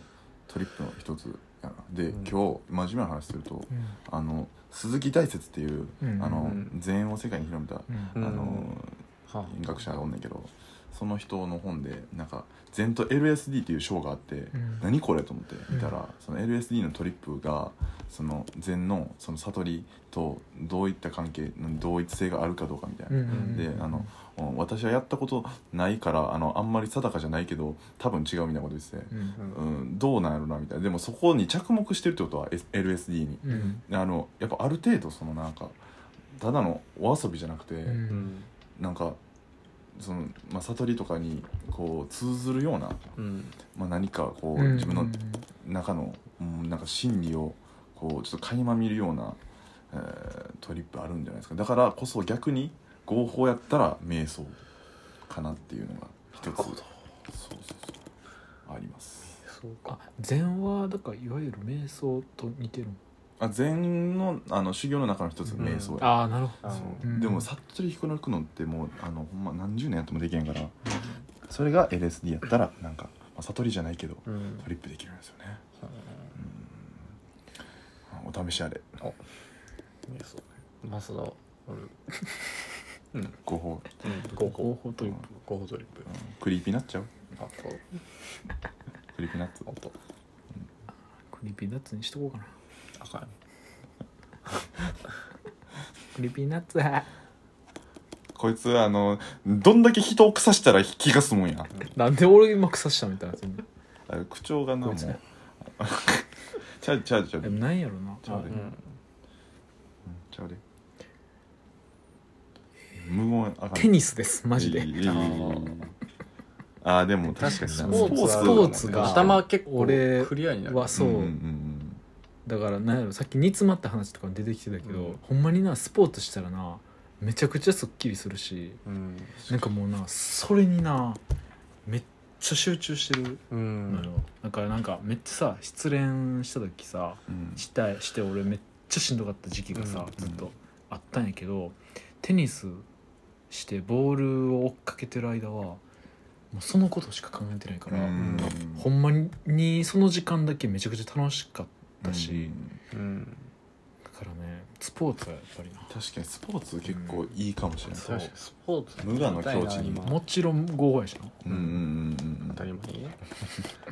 Speaker 1: トリップの一つやなで、
Speaker 2: うん
Speaker 1: 今日真面目な話すると
Speaker 3: うん
Speaker 1: あの鈴木大説っていう、
Speaker 3: うん
Speaker 1: あ
Speaker 2: う
Speaker 1: の
Speaker 2: ん
Speaker 1: 禅を世界に広めた、
Speaker 3: うん
Speaker 2: うん
Speaker 1: あの
Speaker 2: は
Speaker 1: 学者がおんねんけどその人の本でなんか「禅と LSD」っていう章があって、
Speaker 3: ん
Speaker 1: 何これと思って見たら、その LSD のトリップがその禅のその悟りとどういった関係同一性があるかどうかみたいな。
Speaker 3: ん
Speaker 1: であのうん私はやったことないからあのあんまり定かじゃないけど多分違うみたいなこと言ってて、
Speaker 4: うん
Speaker 1: うん、どうなんやろなみたいなでもそこに着目してるってことは S- LSD に
Speaker 2: うん
Speaker 1: あのやっぱある程度そのなんかただのお遊びじゃなくて、
Speaker 2: うん
Speaker 4: うん
Speaker 1: なんかその、まあ、悟りとかにこう通ずるような、
Speaker 4: うん
Speaker 1: まあ、何かこう
Speaker 2: うん
Speaker 1: 自分の中の、うん、なんか心理をこうちょっと垣間見るような、えートリップあるんじゃないですかだからこそ逆に合法やったら瞑想かなっていうのが一つそうそうそうあります
Speaker 2: そうか
Speaker 3: あ禅はだからいわゆる瞑想と似てるの
Speaker 1: あ禅のあの修行の中の一つ瞑想や、
Speaker 3: ああなるほ
Speaker 1: そう
Speaker 4: あ
Speaker 3: うん
Speaker 1: でも悟り引くのくのってもうあのほんま何十年やってもできへんからそれが LSD やったらなんか、まあ、悟りじゃないけど
Speaker 2: うん
Speaker 1: トリップできるんですよねうんお試しあれ
Speaker 2: 瞑想まあそのうん
Speaker 1: 合法、
Speaker 2: 合
Speaker 3: ど合
Speaker 2: 法
Speaker 3: 法トリップ
Speaker 2: 合法トリップ
Speaker 1: うんクリーピーなっちゃう
Speaker 2: あと
Speaker 1: クリーピーナッツ
Speaker 2: あと
Speaker 3: クリーピーナッツにしとこうかな
Speaker 2: あかん
Speaker 3: クリーピーナッツは
Speaker 1: こいつあのどんだけ人を腐したら気が済むんや
Speaker 3: なんで俺今草したみたいな全部
Speaker 1: あ口調がな
Speaker 3: こ
Speaker 1: も
Speaker 3: いうつ
Speaker 1: ち
Speaker 3: ね
Speaker 1: ゃ [LAUGHS] うちゃうちゃう
Speaker 3: でもなんやろな
Speaker 1: ちゃうでう
Speaker 3: あ
Speaker 1: んちゃうで無言あかん
Speaker 3: テニスですマジで
Speaker 1: いいいいいいあーでも確かにな
Speaker 2: ス
Speaker 3: ポーツ
Speaker 1: ス
Speaker 3: ス
Speaker 1: ポ
Speaker 3: ポー
Speaker 1: ー
Speaker 3: ツ
Speaker 1: ツ
Speaker 3: が
Speaker 2: 頭結構
Speaker 3: 俺
Speaker 2: クリアになる
Speaker 3: はそう、
Speaker 1: んんん
Speaker 3: だからなんやろさっき煮詰まった話とかも出てきてたけど、
Speaker 2: うん
Speaker 3: ほんまになスポーツしたらなめちゃくちゃすっきりするし
Speaker 2: うん
Speaker 3: なんかもうなそれになめっちゃ集中してる
Speaker 2: う
Speaker 3: のよ、
Speaker 2: ん
Speaker 3: だからなんかめっちゃさ失恋した時さ
Speaker 1: うん
Speaker 3: したして俺めっちゃしんどかった時期がさ、
Speaker 1: うん
Speaker 3: ずっとあったんやけどテニスしてボールを追っかけてる間はもうそのことしか考えてないから、
Speaker 1: うん
Speaker 3: ほんまにその時間だけめちゃくちゃ楽しかったし、
Speaker 2: うん
Speaker 3: だからねスポーツはやっぱりな
Speaker 1: 確かにスポーツ結構いいかもしれない、
Speaker 2: 確かにスポーツ
Speaker 1: 無我の境地に
Speaker 2: みたいな今
Speaker 3: もちろん合法やしな
Speaker 1: うんうんうん
Speaker 2: 当たり
Speaker 1: う
Speaker 2: 前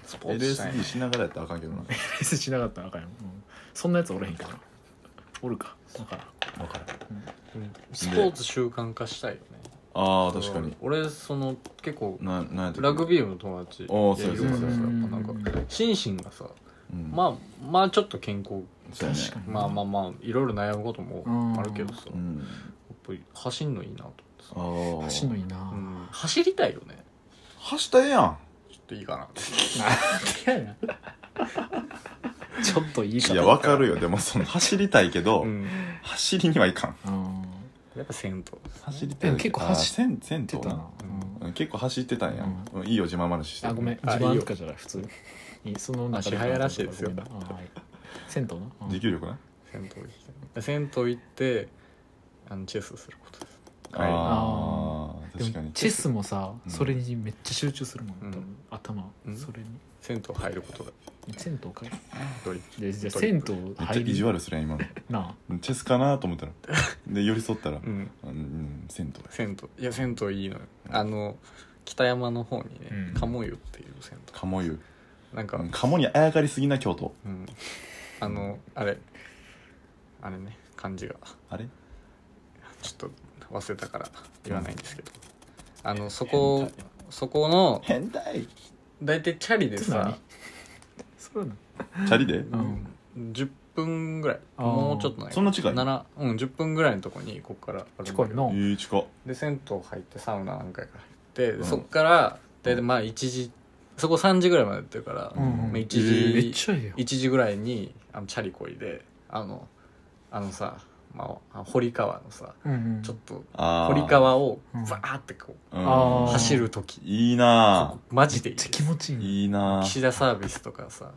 Speaker 2: スポ
Speaker 1: ん
Speaker 2: ーツしたい
Speaker 1: LSD しながらやったらあかんけどな
Speaker 3: レスしなかったらあかんよ、うんそんなやつおれへんからおるかだから
Speaker 1: 分からん
Speaker 2: うんスポーツ習慣化したいよね
Speaker 1: あー確かに
Speaker 2: 俺その結構
Speaker 1: ななんやったっけ
Speaker 2: ラグビー部の友達
Speaker 1: おーそうや
Speaker 2: いるから
Speaker 1: そうや
Speaker 2: やっ
Speaker 1: そう
Speaker 2: ぱ
Speaker 1: や
Speaker 2: なんか心身がさ
Speaker 1: うん
Speaker 2: まあまあちょっと健康
Speaker 1: そうやね
Speaker 3: 確かに
Speaker 2: まあまあまあいろいろ悩むこともあるけどさや
Speaker 1: う
Speaker 2: っ
Speaker 1: ん
Speaker 2: ぱり走んのいいなと思ってさ
Speaker 1: あー
Speaker 3: 足のいいな、
Speaker 2: うん走りたいよね
Speaker 1: 走ったらええやん
Speaker 2: ちょっといいかなって
Speaker 3: ちょっといいか
Speaker 1: いや
Speaker 3: な
Speaker 1: 分かるよでもその走りたいけど、
Speaker 2: うん
Speaker 1: 走りにはいかん
Speaker 3: うん
Speaker 2: やっぱ銭湯
Speaker 1: 走りたい
Speaker 3: でも結構走
Speaker 1: あー銭
Speaker 3: 言
Speaker 1: 銭
Speaker 3: って
Speaker 1: 湯
Speaker 3: た
Speaker 1: な
Speaker 3: な、うん
Speaker 1: うん結構走ってたんや、うんいいよ自慢話して
Speaker 3: あごめん
Speaker 2: あ
Speaker 3: 自慢とかじゃない普通にその中
Speaker 2: 足早らしいですよ
Speaker 3: ごめんなあはい銭湯な、うん
Speaker 1: 持久力な
Speaker 2: 銭湯行きたい銭湯行ってあのチェスすることです
Speaker 1: ああ
Speaker 3: で
Speaker 1: 確か
Speaker 3: も
Speaker 1: に
Speaker 3: チェスもさ、
Speaker 1: うん
Speaker 3: それにめっちゃ集中するもん、
Speaker 2: うん
Speaker 3: 多分頭、
Speaker 2: うん
Speaker 3: それに
Speaker 2: 銭湯入ることが
Speaker 3: 銭湯かい
Speaker 2: ドリ
Speaker 3: でじゃあ
Speaker 2: ドリッ
Speaker 3: 銭
Speaker 2: プ
Speaker 3: 湯
Speaker 1: めっちゃ
Speaker 3: 入
Speaker 1: 意地
Speaker 3: り
Speaker 1: 悪するやん今
Speaker 3: な
Speaker 1: のチェスかなと思
Speaker 3: [LAUGHS]
Speaker 1: ったらで寄り添ったら、
Speaker 2: うん
Speaker 1: うんうん、銭湯です
Speaker 2: 銭湯いや銭湯いいのよあの北山の方にね
Speaker 3: うん
Speaker 2: 鴨湯っていう銭
Speaker 1: 鴨湯
Speaker 2: 湯なんか、
Speaker 1: うん鴨にあやかりすぎな京都
Speaker 2: うんあのあれあれね漢字が
Speaker 1: あれ
Speaker 2: ちょっと忘れたから言わないんですけどあのそこそこの
Speaker 1: 変態
Speaker 2: 大体チャリでさ、
Speaker 3: それはな
Speaker 1: チャリで
Speaker 2: う
Speaker 3: 何
Speaker 2: ん、10分ぐらい
Speaker 3: あー
Speaker 2: もうちょっとない
Speaker 1: そんな近いの
Speaker 2: 7うん10分ぐらいのとこにここからあるんだけど
Speaker 3: 近いな
Speaker 1: えー、近っ
Speaker 2: で銭湯入ってサウナ何回か入って、
Speaker 1: うん
Speaker 2: そっから大体まあ1時そこ3時ぐらいまでやってるから、
Speaker 3: うんうん
Speaker 2: ま
Speaker 1: え
Speaker 2: あ、1
Speaker 1: ー
Speaker 3: めっ
Speaker 2: 時、
Speaker 3: ちゃええやん
Speaker 2: 1時ぐらいにあのチャリこいであのあのさ、まあ、堀川のさ
Speaker 3: うんうん
Speaker 2: ちょっと
Speaker 1: あー
Speaker 2: 堀川を
Speaker 3: うん
Speaker 2: バーってこ
Speaker 1: うん
Speaker 2: う
Speaker 3: あー
Speaker 2: 走る時
Speaker 1: いいな
Speaker 2: マジでい
Speaker 3: め
Speaker 2: い
Speaker 3: っちゃ気持ちいいね
Speaker 1: いいな
Speaker 2: 岸田サービスとかさ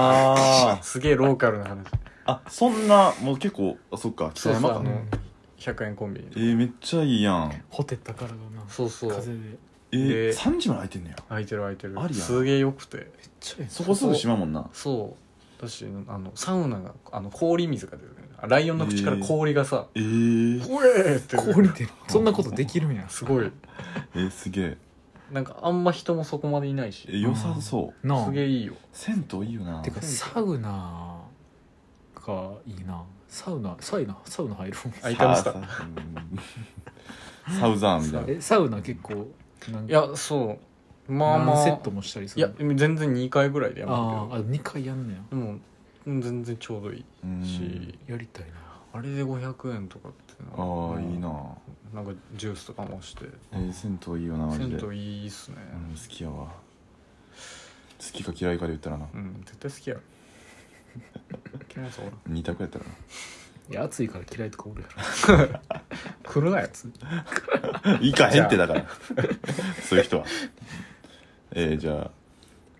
Speaker 1: あ
Speaker 2: すげえローカルな話
Speaker 1: ああそんなもう結構あそっか北山
Speaker 2: そ
Speaker 1: か
Speaker 2: うそう
Speaker 1: な
Speaker 2: あの100円コンビニ
Speaker 1: えー、めっちゃいいやん
Speaker 3: ホテったからだな
Speaker 2: そうそう
Speaker 3: 風でめっ
Speaker 1: えー、
Speaker 2: で
Speaker 1: 3時まで空いてんのや
Speaker 2: 空いてる空いてる
Speaker 1: ありやな
Speaker 2: すげえよくて
Speaker 3: ちゃええ
Speaker 1: そこすぐ閉まんもんな
Speaker 2: そうだしあのサウナがあの氷水が出るねあライオンの口から氷がさ
Speaker 1: えー
Speaker 2: 「、おえ!」って
Speaker 3: やん氷でそんなことできるんや
Speaker 2: すごい
Speaker 1: えー、すげえ
Speaker 2: なんかあんま人もそこまでいないし
Speaker 1: え良さそう
Speaker 3: なあ
Speaker 2: すげえいいよ
Speaker 1: 銭湯いいよな
Speaker 3: てかサウナがいいなサウナサウナサウナ入る
Speaker 2: あいたました
Speaker 1: さあうんサウザーみたいな
Speaker 3: えサウナ結構なん
Speaker 2: いやそうまあま
Speaker 3: 何
Speaker 2: あ
Speaker 3: セットもしたりす
Speaker 2: いや
Speaker 3: る
Speaker 2: 全然2回ぐらいでやめ
Speaker 3: あ
Speaker 2: た
Speaker 3: ーあ2回やんねや
Speaker 2: けどでもうん全然ちょうどいい
Speaker 1: うん
Speaker 2: し、
Speaker 3: やりたいな
Speaker 2: あれで500円とかってな
Speaker 1: ああいいな
Speaker 2: なんかジュースとかもして
Speaker 1: えー銭湯いいよなマジで
Speaker 2: 銭
Speaker 1: うん好
Speaker 2: 湯いいっすね
Speaker 1: きやわ好きか嫌いかで言ったらな
Speaker 2: うん、絶対好きやろ [LAUGHS] 嫌いなやつおらん
Speaker 1: 二択やったら
Speaker 3: いや暑いから嫌いとかおるやろ
Speaker 2: 来るなやつ
Speaker 1: [LAUGHS] ないかへんってだから [LAUGHS] そういう人はえー、じゃあ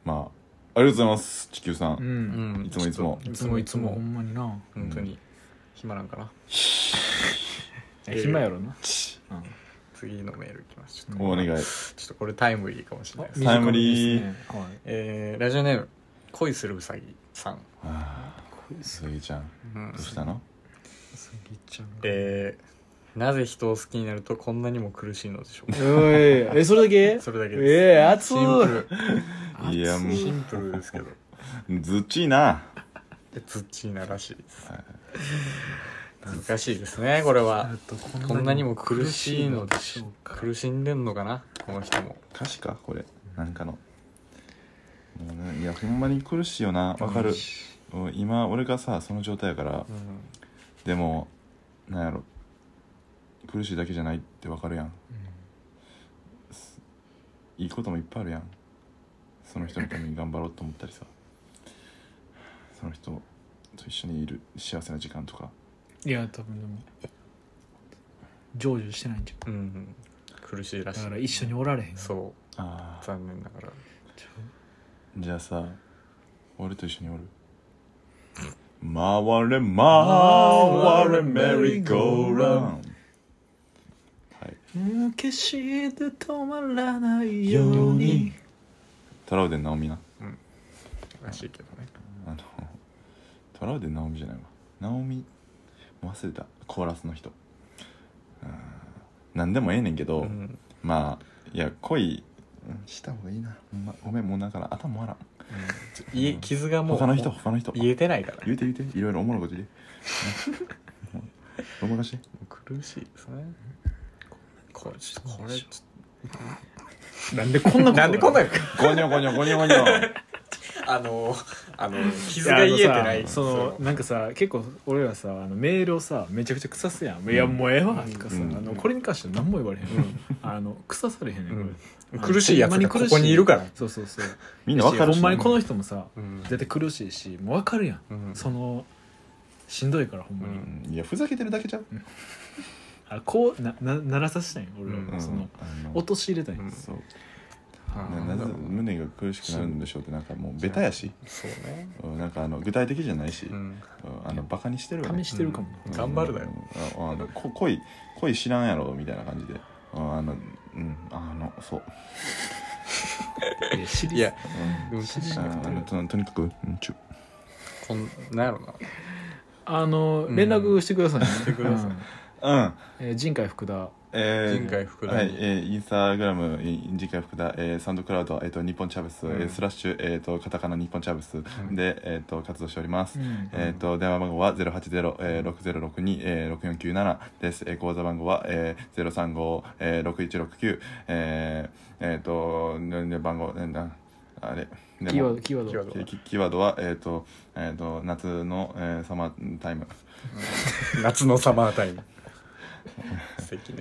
Speaker 1: まあありがとうございます地球さん、
Speaker 2: うんん
Speaker 1: いつもいつも
Speaker 2: ちょっといつもいつ
Speaker 3: ほ
Speaker 2: も
Speaker 3: んまにな
Speaker 2: 本当に暇なんかな
Speaker 3: え暇やろな
Speaker 2: 次のメールいきますちょっと
Speaker 1: お願い
Speaker 2: ちょっとこれタイムリーかもしれないです
Speaker 1: タイムリー
Speaker 3: 短めですねはい
Speaker 2: えーラジオネーム恋するうさぎさん、
Speaker 1: あーすぎちゃん
Speaker 2: うん
Speaker 1: どうしたの
Speaker 3: すぎちゃんが
Speaker 2: えーなぜ人を好きになるとこんなにも苦しいのでしょうか
Speaker 3: おいえそれだけ
Speaker 2: それだけです
Speaker 3: ええ熱
Speaker 2: シンプル
Speaker 1: いやもう
Speaker 2: シンプルですけど
Speaker 1: ずっちいな
Speaker 2: ズッチーならしいです
Speaker 1: はい
Speaker 2: 難しいですねこれはこんなにも苦しいので
Speaker 3: しょうか
Speaker 2: 苦しんでんのかなこの人も
Speaker 1: 歌詞かこれなんかのもうねいやほんまに苦しいよなわかるうん今俺がさその状態やから
Speaker 2: うん
Speaker 1: でもなんやろ苦しいだけじゃないってわかるやんいいこともいっぱいあるやんその人のために頑張ろうと思ったりさその人と一緒にいる幸せな時間とか
Speaker 3: いや多分でも成就してないんじゃ
Speaker 2: うんうん苦しいら
Speaker 3: んだ
Speaker 2: し
Speaker 3: から
Speaker 2: い
Speaker 3: 一緒におられへん
Speaker 2: そ
Speaker 1: ああ
Speaker 2: う残念ながら
Speaker 3: ちゃ
Speaker 1: じゃあさ俺と一緒におる回れ回れメリーゴーラウンドはいう
Speaker 3: うん決して止まらないよ
Speaker 1: よ
Speaker 3: う
Speaker 1: う
Speaker 3: に
Speaker 1: にトラウデン直美な
Speaker 2: らしいけどね
Speaker 1: あのトラウデン直美じゃないわ直美もう忘れたコーラスの人うんなんでもええねんけど、
Speaker 2: うん
Speaker 1: まあいや恋うんした方がいいなほんまごめんもうなんかな頭あらん
Speaker 2: いえ傷がもう
Speaker 1: 他の人他の人
Speaker 2: 言えてないから
Speaker 1: 言うて言うていろいろおもろいこと言うてうんごまかして
Speaker 2: 苦しいですねこれちょっとこれちょっ
Speaker 3: なんでこんな
Speaker 2: となんでこんな
Speaker 1: ゴニョゴニョゴニョゴニョ
Speaker 2: あのあの傷が言えてない
Speaker 3: そのなんかさ結構俺らさあのメールをさめちゃくちゃ腐すやん「いやもうええわ」とかさ、
Speaker 1: うん
Speaker 3: あのこれに関しては何も言われへん、あの腐されへんねん、
Speaker 2: うん
Speaker 3: 俺あの
Speaker 2: 苦しいやつ
Speaker 3: ほんま
Speaker 2: が
Speaker 3: 苦し
Speaker 2: ここにいるから
Speaker 3: そうそうそう
Speaker 1: みんなわかる
Speaker 3: ほんまにこの人もさ
Speaker 2: うん
Speaker 3: 絶対苦しいしもう分かるやん、
Speaker 2: うん
Speaker 3: そのしんどいからほんまに、
Speaker 2: うん
Speaker 1: いやふざけてるだけじゃん、
Speaker 3: あこうなな鳴らさせたいん俺らは、
Speaker 1: うん
Speaker 3: その
Speaker 1: あの
Speaker 3: 落とし入れたいん、
Speaker 2: うん
Speaker 1: そう
Speaker 2: あー
Speaker 1: ななぜ胸が苦しくなるんでしょうってなんかもうベタやし、
Speaker 2: そうね
Speaker 1: うん、なんかあの具体的じゃないし、
Speaker 2: う
Speaker 1: うん
Speaker 2: ん
Speaker 1: あのバカにしてるよね
Speaker 3: 試してるかもな、
Speaker 1: うん
Speaker 2: 頑張るだよ
Speaker 1: うんああのこ恋恋知らんやろみたいな感じでうんあのうんあのそう、
Speaker 3: いや知り
Speaker 2: いや
Speaker 1: うん
Speaker 2: でも確か
Speaker 1: あのととにかくうんちゅ
Speaker 2: こんなんや [LAUGHS] ろな
Speaker 3: あの
Speaker 2: ん
Speaker 3: 連絡してくださいね、
Speaker 2: てください
Speaker 3: うん
Speaker 1: うん
Speaker 3: えー陣海福田
Speaker 1: えー
Speaker 2: 人海福田に
Speaker 1: はい、えー、インスタグラム、えー人海福田、えー、サンドクラウド、えっ、と、日本チャブス、
Speaker 2: うん
Speaker 1: えースラッシュ、えっ、と、カタカナ日本チャブス
Speaker 2: ん
Speaker 1: で、えっ、と、活動しております。
Speaker 3: うん
Speaker 1: えっ、と、電話番号はゼロ八ゼロ、えー、六ゼロ六二、えー、六四九七です。えー、口座番号は、えー、ゼロ三五、えー、六一六九、えー、えっ、と、ね、ね、番号、ね、な、あれ。でも
Speaker 3: キーワードキーワード
Speaker 2: キーワード
Speaker 1: キキキーワードは、えっ、と、えっ、と、夏の、えー、サマータイム。
Speaker 2: 夏のサマータイム [LAUGHS] 素敵ね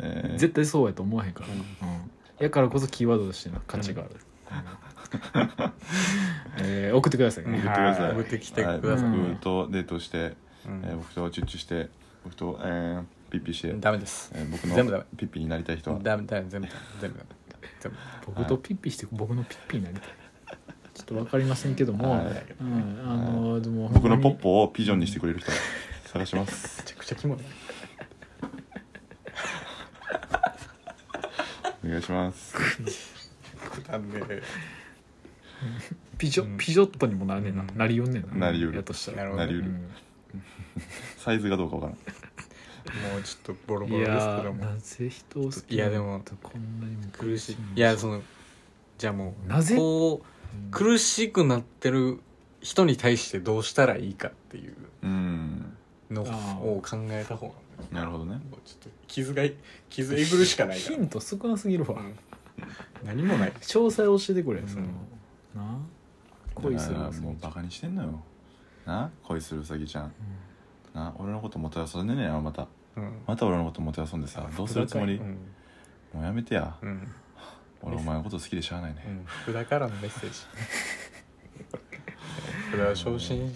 Speaker 1: えー
Speaker 3: 絶対そうやと思わへんから、うんやからこそキーワードとしての価値がある、えー送ってください、
Speaker 2: うん
Speaker 1: 送ってください。
Speaker 2: はい送ってきてください
Speaker 1: はい僕とデートして、
Speaker 2: うん
Speaker 1: えー僕とチュッチュして、僕と、えーピッピして、
Speaker 2: ダメです
Speaker 1: えー僕の
Speaker 2: 全部ダメ
Speaker 1: ピッピになりたい人は、
Speaker 2: ダメダメ全部ダメ全部ダメ全部
Speaker 3: 僕とピッピして僕のピッピになりたいちょっと分かりませんけども、
Speaker 1: はい
Speaker 3: うんあのーでも
Speaker 1: 僕のポッ
Speaker 3: を
Speaker 1: ポをピジョンにしてくれる人探します
Speaker 2: め。ちゃくちゃキモい
Speaker 1: お願いします。
Speaker 2: くだんね
Speaker 3: ピジョ,、ピジョットにもなるねんな、
Speaker 2: うん
Speaker 3: なりよんねんな
Speaker 1: なりうる
Speaker 3: やとしたら
Speaker 2: なるほど
Speaker 1: なりう
Speaker 3: う
Speaker 1: る。
Speaker 3: ん
Speaker 1: サイズがどうかわからん。
Speaker 2: もうちょっとボロ
Speaker 3: い
Speaker 2: ボロですけ
Speaker 3: や
Speaker 2: ども
Speaker 3: なぜ人を好き
Speaker 2: いやでも
Speaker 3: こんなにも
Speaker 2: 苦しい
Speaker 3: んだ
Speaker 2: いやそのじゃあもう
Speaker 3: なぜ
Speaker 2: こう
Speaker 3: うん
Speaker 2: 苦しくなってる人に対してどうしたらいいかっていう
Speaker 1: うん
Speaker 2: の
Speaker 3: あー
Speaker 2: を考えた方が
Speaker 1: なるほどね
Speaker 2: もうちょっと傷が傷えぐるしかないか
Speaker 3: ヒ [LAUGHS]
Speaker 2: ら、
Speaker 3: ント少なすぎるわ、
Speaker 2: うん何もない
Speaker 3: 詳細教えてくれ、
Speaker 2: うん
Speaker 3: そのな恋する
Speaker 1: だ
Speaker 3: う
Speaker 1: から
Speaker 3: さぎ
Speaker 1: もうバカにしてんのよな恋するうさぎちゃん
Speaker 3: う
Speaker 1: な俺のこともてあそんでんねやろまた
Speaker 2: うん
Speaker 1: また俺のこともてあそんでさどうするつもり、
Speaker 2: うん
Speaker 1: もうやめてや、
Speaker 2: うん
Speaker 1: 俺お前のこと好きでしゃあないね、
Speaker 2: うん福田からのメッセージ福田は昇進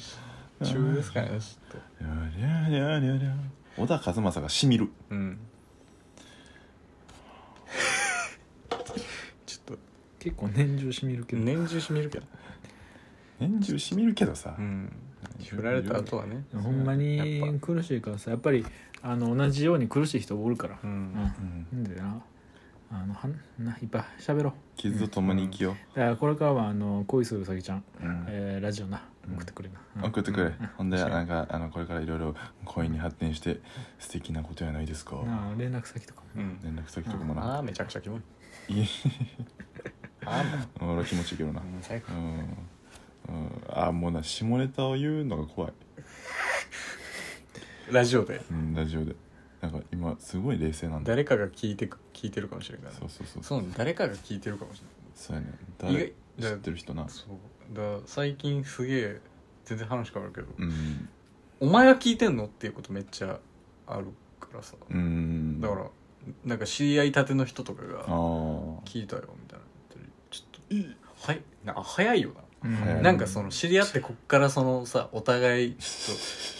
Speaker 2: 中ですからねちょっと
Speaker 1: りゃりゃりゃりゃりゃ小田和正がしみる
Speaker 2: うん [LAUGHS] ちょっ
Speaker 3: ん結構年中しみるけ
Speaker 2: と
Speaker 3: ど、
Speaker 2: 年中しみるけど
Speaker 1: 年中しみるけどさ、
Speaker 2: うん振られた後はね
Speaker 3: ほんま
Speaker 2: やっ
Speaker 3: に
Speaker 2: ぱ
Speaker 3: 苦しいからさやっぱりあの同じように苦しい人おるから
Speaker 2: う、
Speaker 3: うんん
Speaker 1: うん、
Speaker 3: なんでなあのはないっぱい喋ろう
Speaker 1: 傷と共に生きよ
Speaker 3: だからこれからはあの恋するうさぎちゃん、
Speaker 1: う、うん
Speaker 3: えーラジオな
Speaker 1: うん
Speaker 3: 送ってくれな、うん
Speaker 1: 送ってくれ、ほんで
Speaker 2: 確か
Speaker 1: なんかあのこれからいろいろ恋に発展して素敵なことやないですか、
Speaker 3: なあ連絡先とか
Speaker 2: う
Speaker 3: も、
Speaker 2: ん
Speaker 1: 連絡先とかも
Speaker 2: あ
Speaker 1: な
Speaker 2: あめちゃくちゃキモい
Speaker 1: いい
Speaker 2: [LAUGHS] ああ
Speaker 1: 俺は気持ちいいけどな
Speaker 2: もう最高
Speaker 1: うん、うん、あもうな下ネタを言うのが怖い、
Speaker 2: ラジオで
Speaker 1: うん、ラジオでなんか今すごい冷静なんだ
Speaker 2: 誰かが聞いてく聞いてるかもしれないから
Speaker 1: そうそうそう
Speaker 2: そう誰かが聞いてるかもし
Speaker 1: そうやね
Speaker 2: れない
Speaker 1: 誰
Speaker 2: 意
Speaker 1: 知
Speaker 2: 外
Speaker 1: ってる人な
Speaker 2: だそうだから最近すげえ全然話変わるけど
Speaker 1: うん
Speaker 2: お前が聞いてんのっていうことめっちゃあるからさ
Speaker 1: うん
Speaker 2: だからなんか知り合いたての人とか
Speaker 1: あ
Speaker 2: が
Speaker 1: あ
Speaker 2: 聞いたよみたいな言ったらちょっとはいな早いよ
Speaker 3: う
Speaker 1: う
Speaker 2: なんなんかその知り合ってこっからそのさお互いち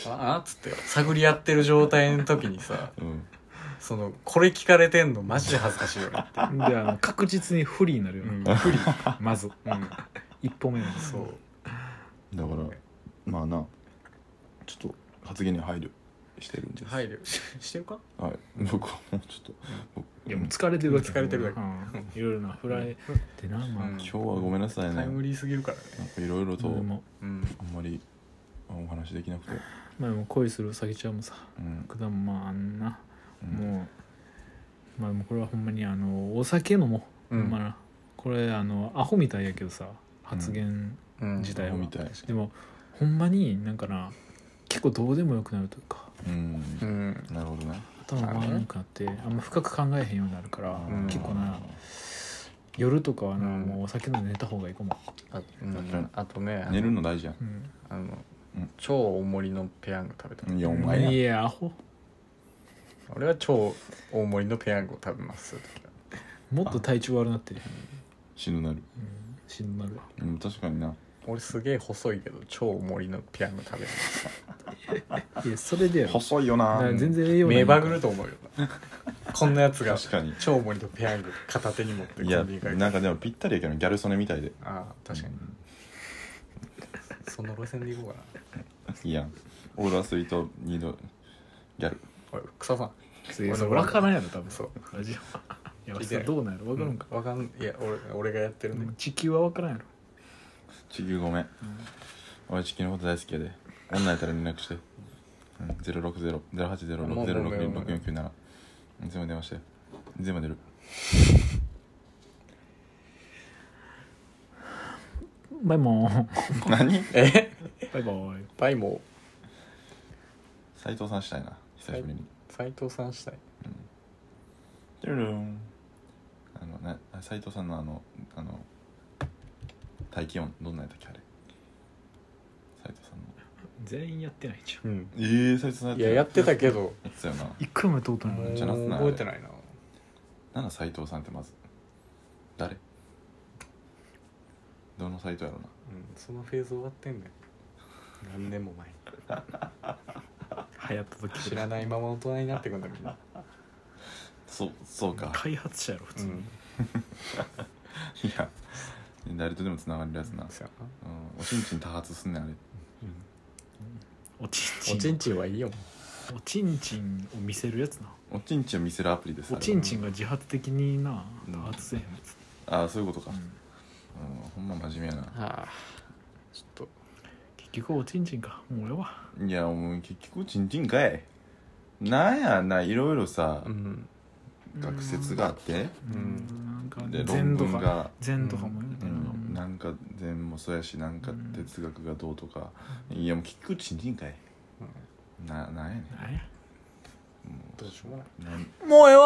Speaker 2: ょっとああっつって探り合ってる状態の時
Speaker 1: [LAUGHS]
Speaker 2: にさ
Speaker 1: うん
Speaker 2: そのこれ聞かれてんのマジで恥ずかしいよな、
Speaker 1: [LAUGHS]
Speaker 3: [LAUGHS] であの確実に不利になるよ
Speaker 2: う
Speaker 3: な、
Speaker 2: ん、不利
Speaker 3: [LAUGHS] まず
Speaker 2: うん
Speaker 3: 一歩目は [LAUGHS]
Speaker 2: そう
Speaker 1: [LAUGHS] だからまあなちょっと発言に配慮してるんです
Speaker 2: 配慮ししてるか
Speaker 1: はい僕はもうちょっと僕
Speaker 3: いやもう疲れてるわけ
Speaker 2: 疲れてるわけ
Speaker 3: うんいろいろなフライってなまあ、
Speaker 2: うん
Speaker 1: 今日はごめんなさいね
Speaker 2: タ
Speaker 1: な
Speaker 2: イ
Speaker 1: ん
Speaker 2: ム
Speaker 1: か
Speaker 2: リーすぎるからね
Speaker 1: いろいろとあ
Speaker 3: 俺
Speaker 1: ん
Speaker 3: も
Speaker 2: うん
Speaker 1: まりお話できなくて
Speaker 3: まあでも恋するうさぎちゃんもさ
Speaker 1: うん
Speaker 3: 果物まああんな、
Speaker 1: うん
Speaker 3: もうまあでもこれはほんまにあのお酒飲もう、
Speaker 2: うん
Speaker 3: まあなこれあのアホみたいやけどさ発言、
Speaker 2: うん
Speaker 3: 時代
Speaker 1: アホ
Speaker 3: は
Speaker 1: みたい
Speaker 3: でもほんまになんかな結構どうでもよくなるというか
Speaker 1: うん
Speaker 2: うん
Speaker 1: なるほどね
Speaker 3: 頭が回らなくなってあんま深く考えへんようになるから、
Speaker 2: ん
Speaker 3: 結構な夜とかはな、
Speaker 2: うん
Speaker 3: もうお酒飲んで寝た方がいいかも、
Speaker 2: あ,、う
Speaker 1: 確かに
Speaker 2: ん、あとねあ
Speaker 1: 寝るの大事やん
Speaker 3: うん
Speaker 2: あの、
Speaker 1: うん
Speaker 2: 超大盛りのペヤング食べたの
Speaker 1: いやお前や
Speaker 3: いやアホ
Speaker 2: 俺は超大盛りのペヤングを食べます
Speaker 3: もっと体調悪なって、うん、
Speaker 1: 死ぬなる
Speaker 3: しんどなるわ
Speaker 1: うん確かにな
Speaker 2: 俺すげえ細いけど超大盛りのペヤング食べる
Speaker 3: いやそれでやろ
Speaker 1: 細いよ
Speaker 3: だ
Speaker 1: な
Speaker 3: から全然栄養ない
Speaker 2: 目バグると思うよなこんなやつが
Speaker 1: 確かに
Speaker 2: 超大盛りのペヤング片手に持ってコ
Speaker 1: いや
Speaker 2: ンビニから
Speaker 1: なんかでもぴったりやけどギャル曽根みたいで
Speaker 2: ああ確かにその路線でいこうかない
Speaker 1: いやんオールアスリートニードギャル
Speaker 2: おい草さん
Speaker 3: いやそれ分からんやろ多分
Speaker 2: そう
Speaker 3: ラジオ [LAUGHS] いや
Speaker 2: 聞い
Speaker 3: そ
Speaker 2: て
Speaker 3: れ
Speaker 2: ない
Speaker 3: どうなんやろ分からんか、
Speaker 2: わかんいや俺俺がやってるね
Speaker 3: 地球は分からんやろ
Speaker 1: 地球ごめん、俺地球のこと大好きやで女やったら連絡して、うん、060-0806-062497全部電話して全部出る
Speaker 3: バイモー
Speaker 1: 何
Speaker 2: え
Speaker 3: バイバーイ
Speaker 2: バイモ
Speaker 1: 斉藤さんしたいな久しぶりに
Speaker 2: 斎藤さんしたい
Speaker 1: トゥルルンあのな斉藤さんのあのあの大気温どんなやったっけあれ斉藤さんの
Speaker 3: 全員やってないじゃん
Speaker 2: うん
Speaker 1: ええー、斉藤さん
Speaker 2: いややってたけど
Speaker 1: やってたよな
Speaker 3: 一回もやったことない
Speaker 2: もう
Speaker 1: じゃなくない
Speaker 2: 覚えてないな
Speaker 1: なんだ斉藤さんってまず誰どの斉藤やろうな
Speaker 2: うんそのフェーズ終わってんねん何年も前に
Speaker 3: 流行った時
Speaker 2: 知らないまま大人になってくんだみんな
Speaker 1: そうそうか
Speaker 3: 開発者やろ普通に、
Speaker 1: いや誰とでもつながれるやつな、うん、
Speaker 2: そうや
Speaker 1: おちんちん多発すんねんあれ
Speaker 3: おちん
Speaker 2: なお
Speaker 3: ちん
Speaker 2: ちんちんはいいよ
Speaker 3: おちんちんを見せるやつな
Speaker 1: おちんちんを見せるアプリです
Speaker 3: おちんちんが自発的にな
Speaker 1: うん
Speaker 3: 多発せえへんやつ、
Speaker 1: あれはあーそういうことか、
Speaker 3: う
Speaker 1: うん
Speaker 3: ん
Speaker 1: ほんま真面目やな
Speaker 2: ああちょっ
Speaker 3: 結局おちんちんかもうやわ
Speaker 1: いやもう結局おちんちんかいなんやないろいろさ、
Speaker 2: うん
Speaker 1: 学説があって
Speaker 3: うんなんか
Speaker 1: で
Speaker 3: 禅
Speaker 1: 論
Speaker 3: と
Speaker 1: 文
Speaker 3: か
Speaker 1: が、
Speaker 3: 禅とかもよね
Speaker 1: う、
Speaker 3: うんん
Speaker 1: なんか全もそうやしなんか哲学がどうとか、いやもう聞くちんちんかい、ななんやね
Speaker 3: なんや
Speaker 2: どうしようもな
Speaker 1: ん
Speaker 2: い
Speaker 1: なん
Speaker 3: もうよ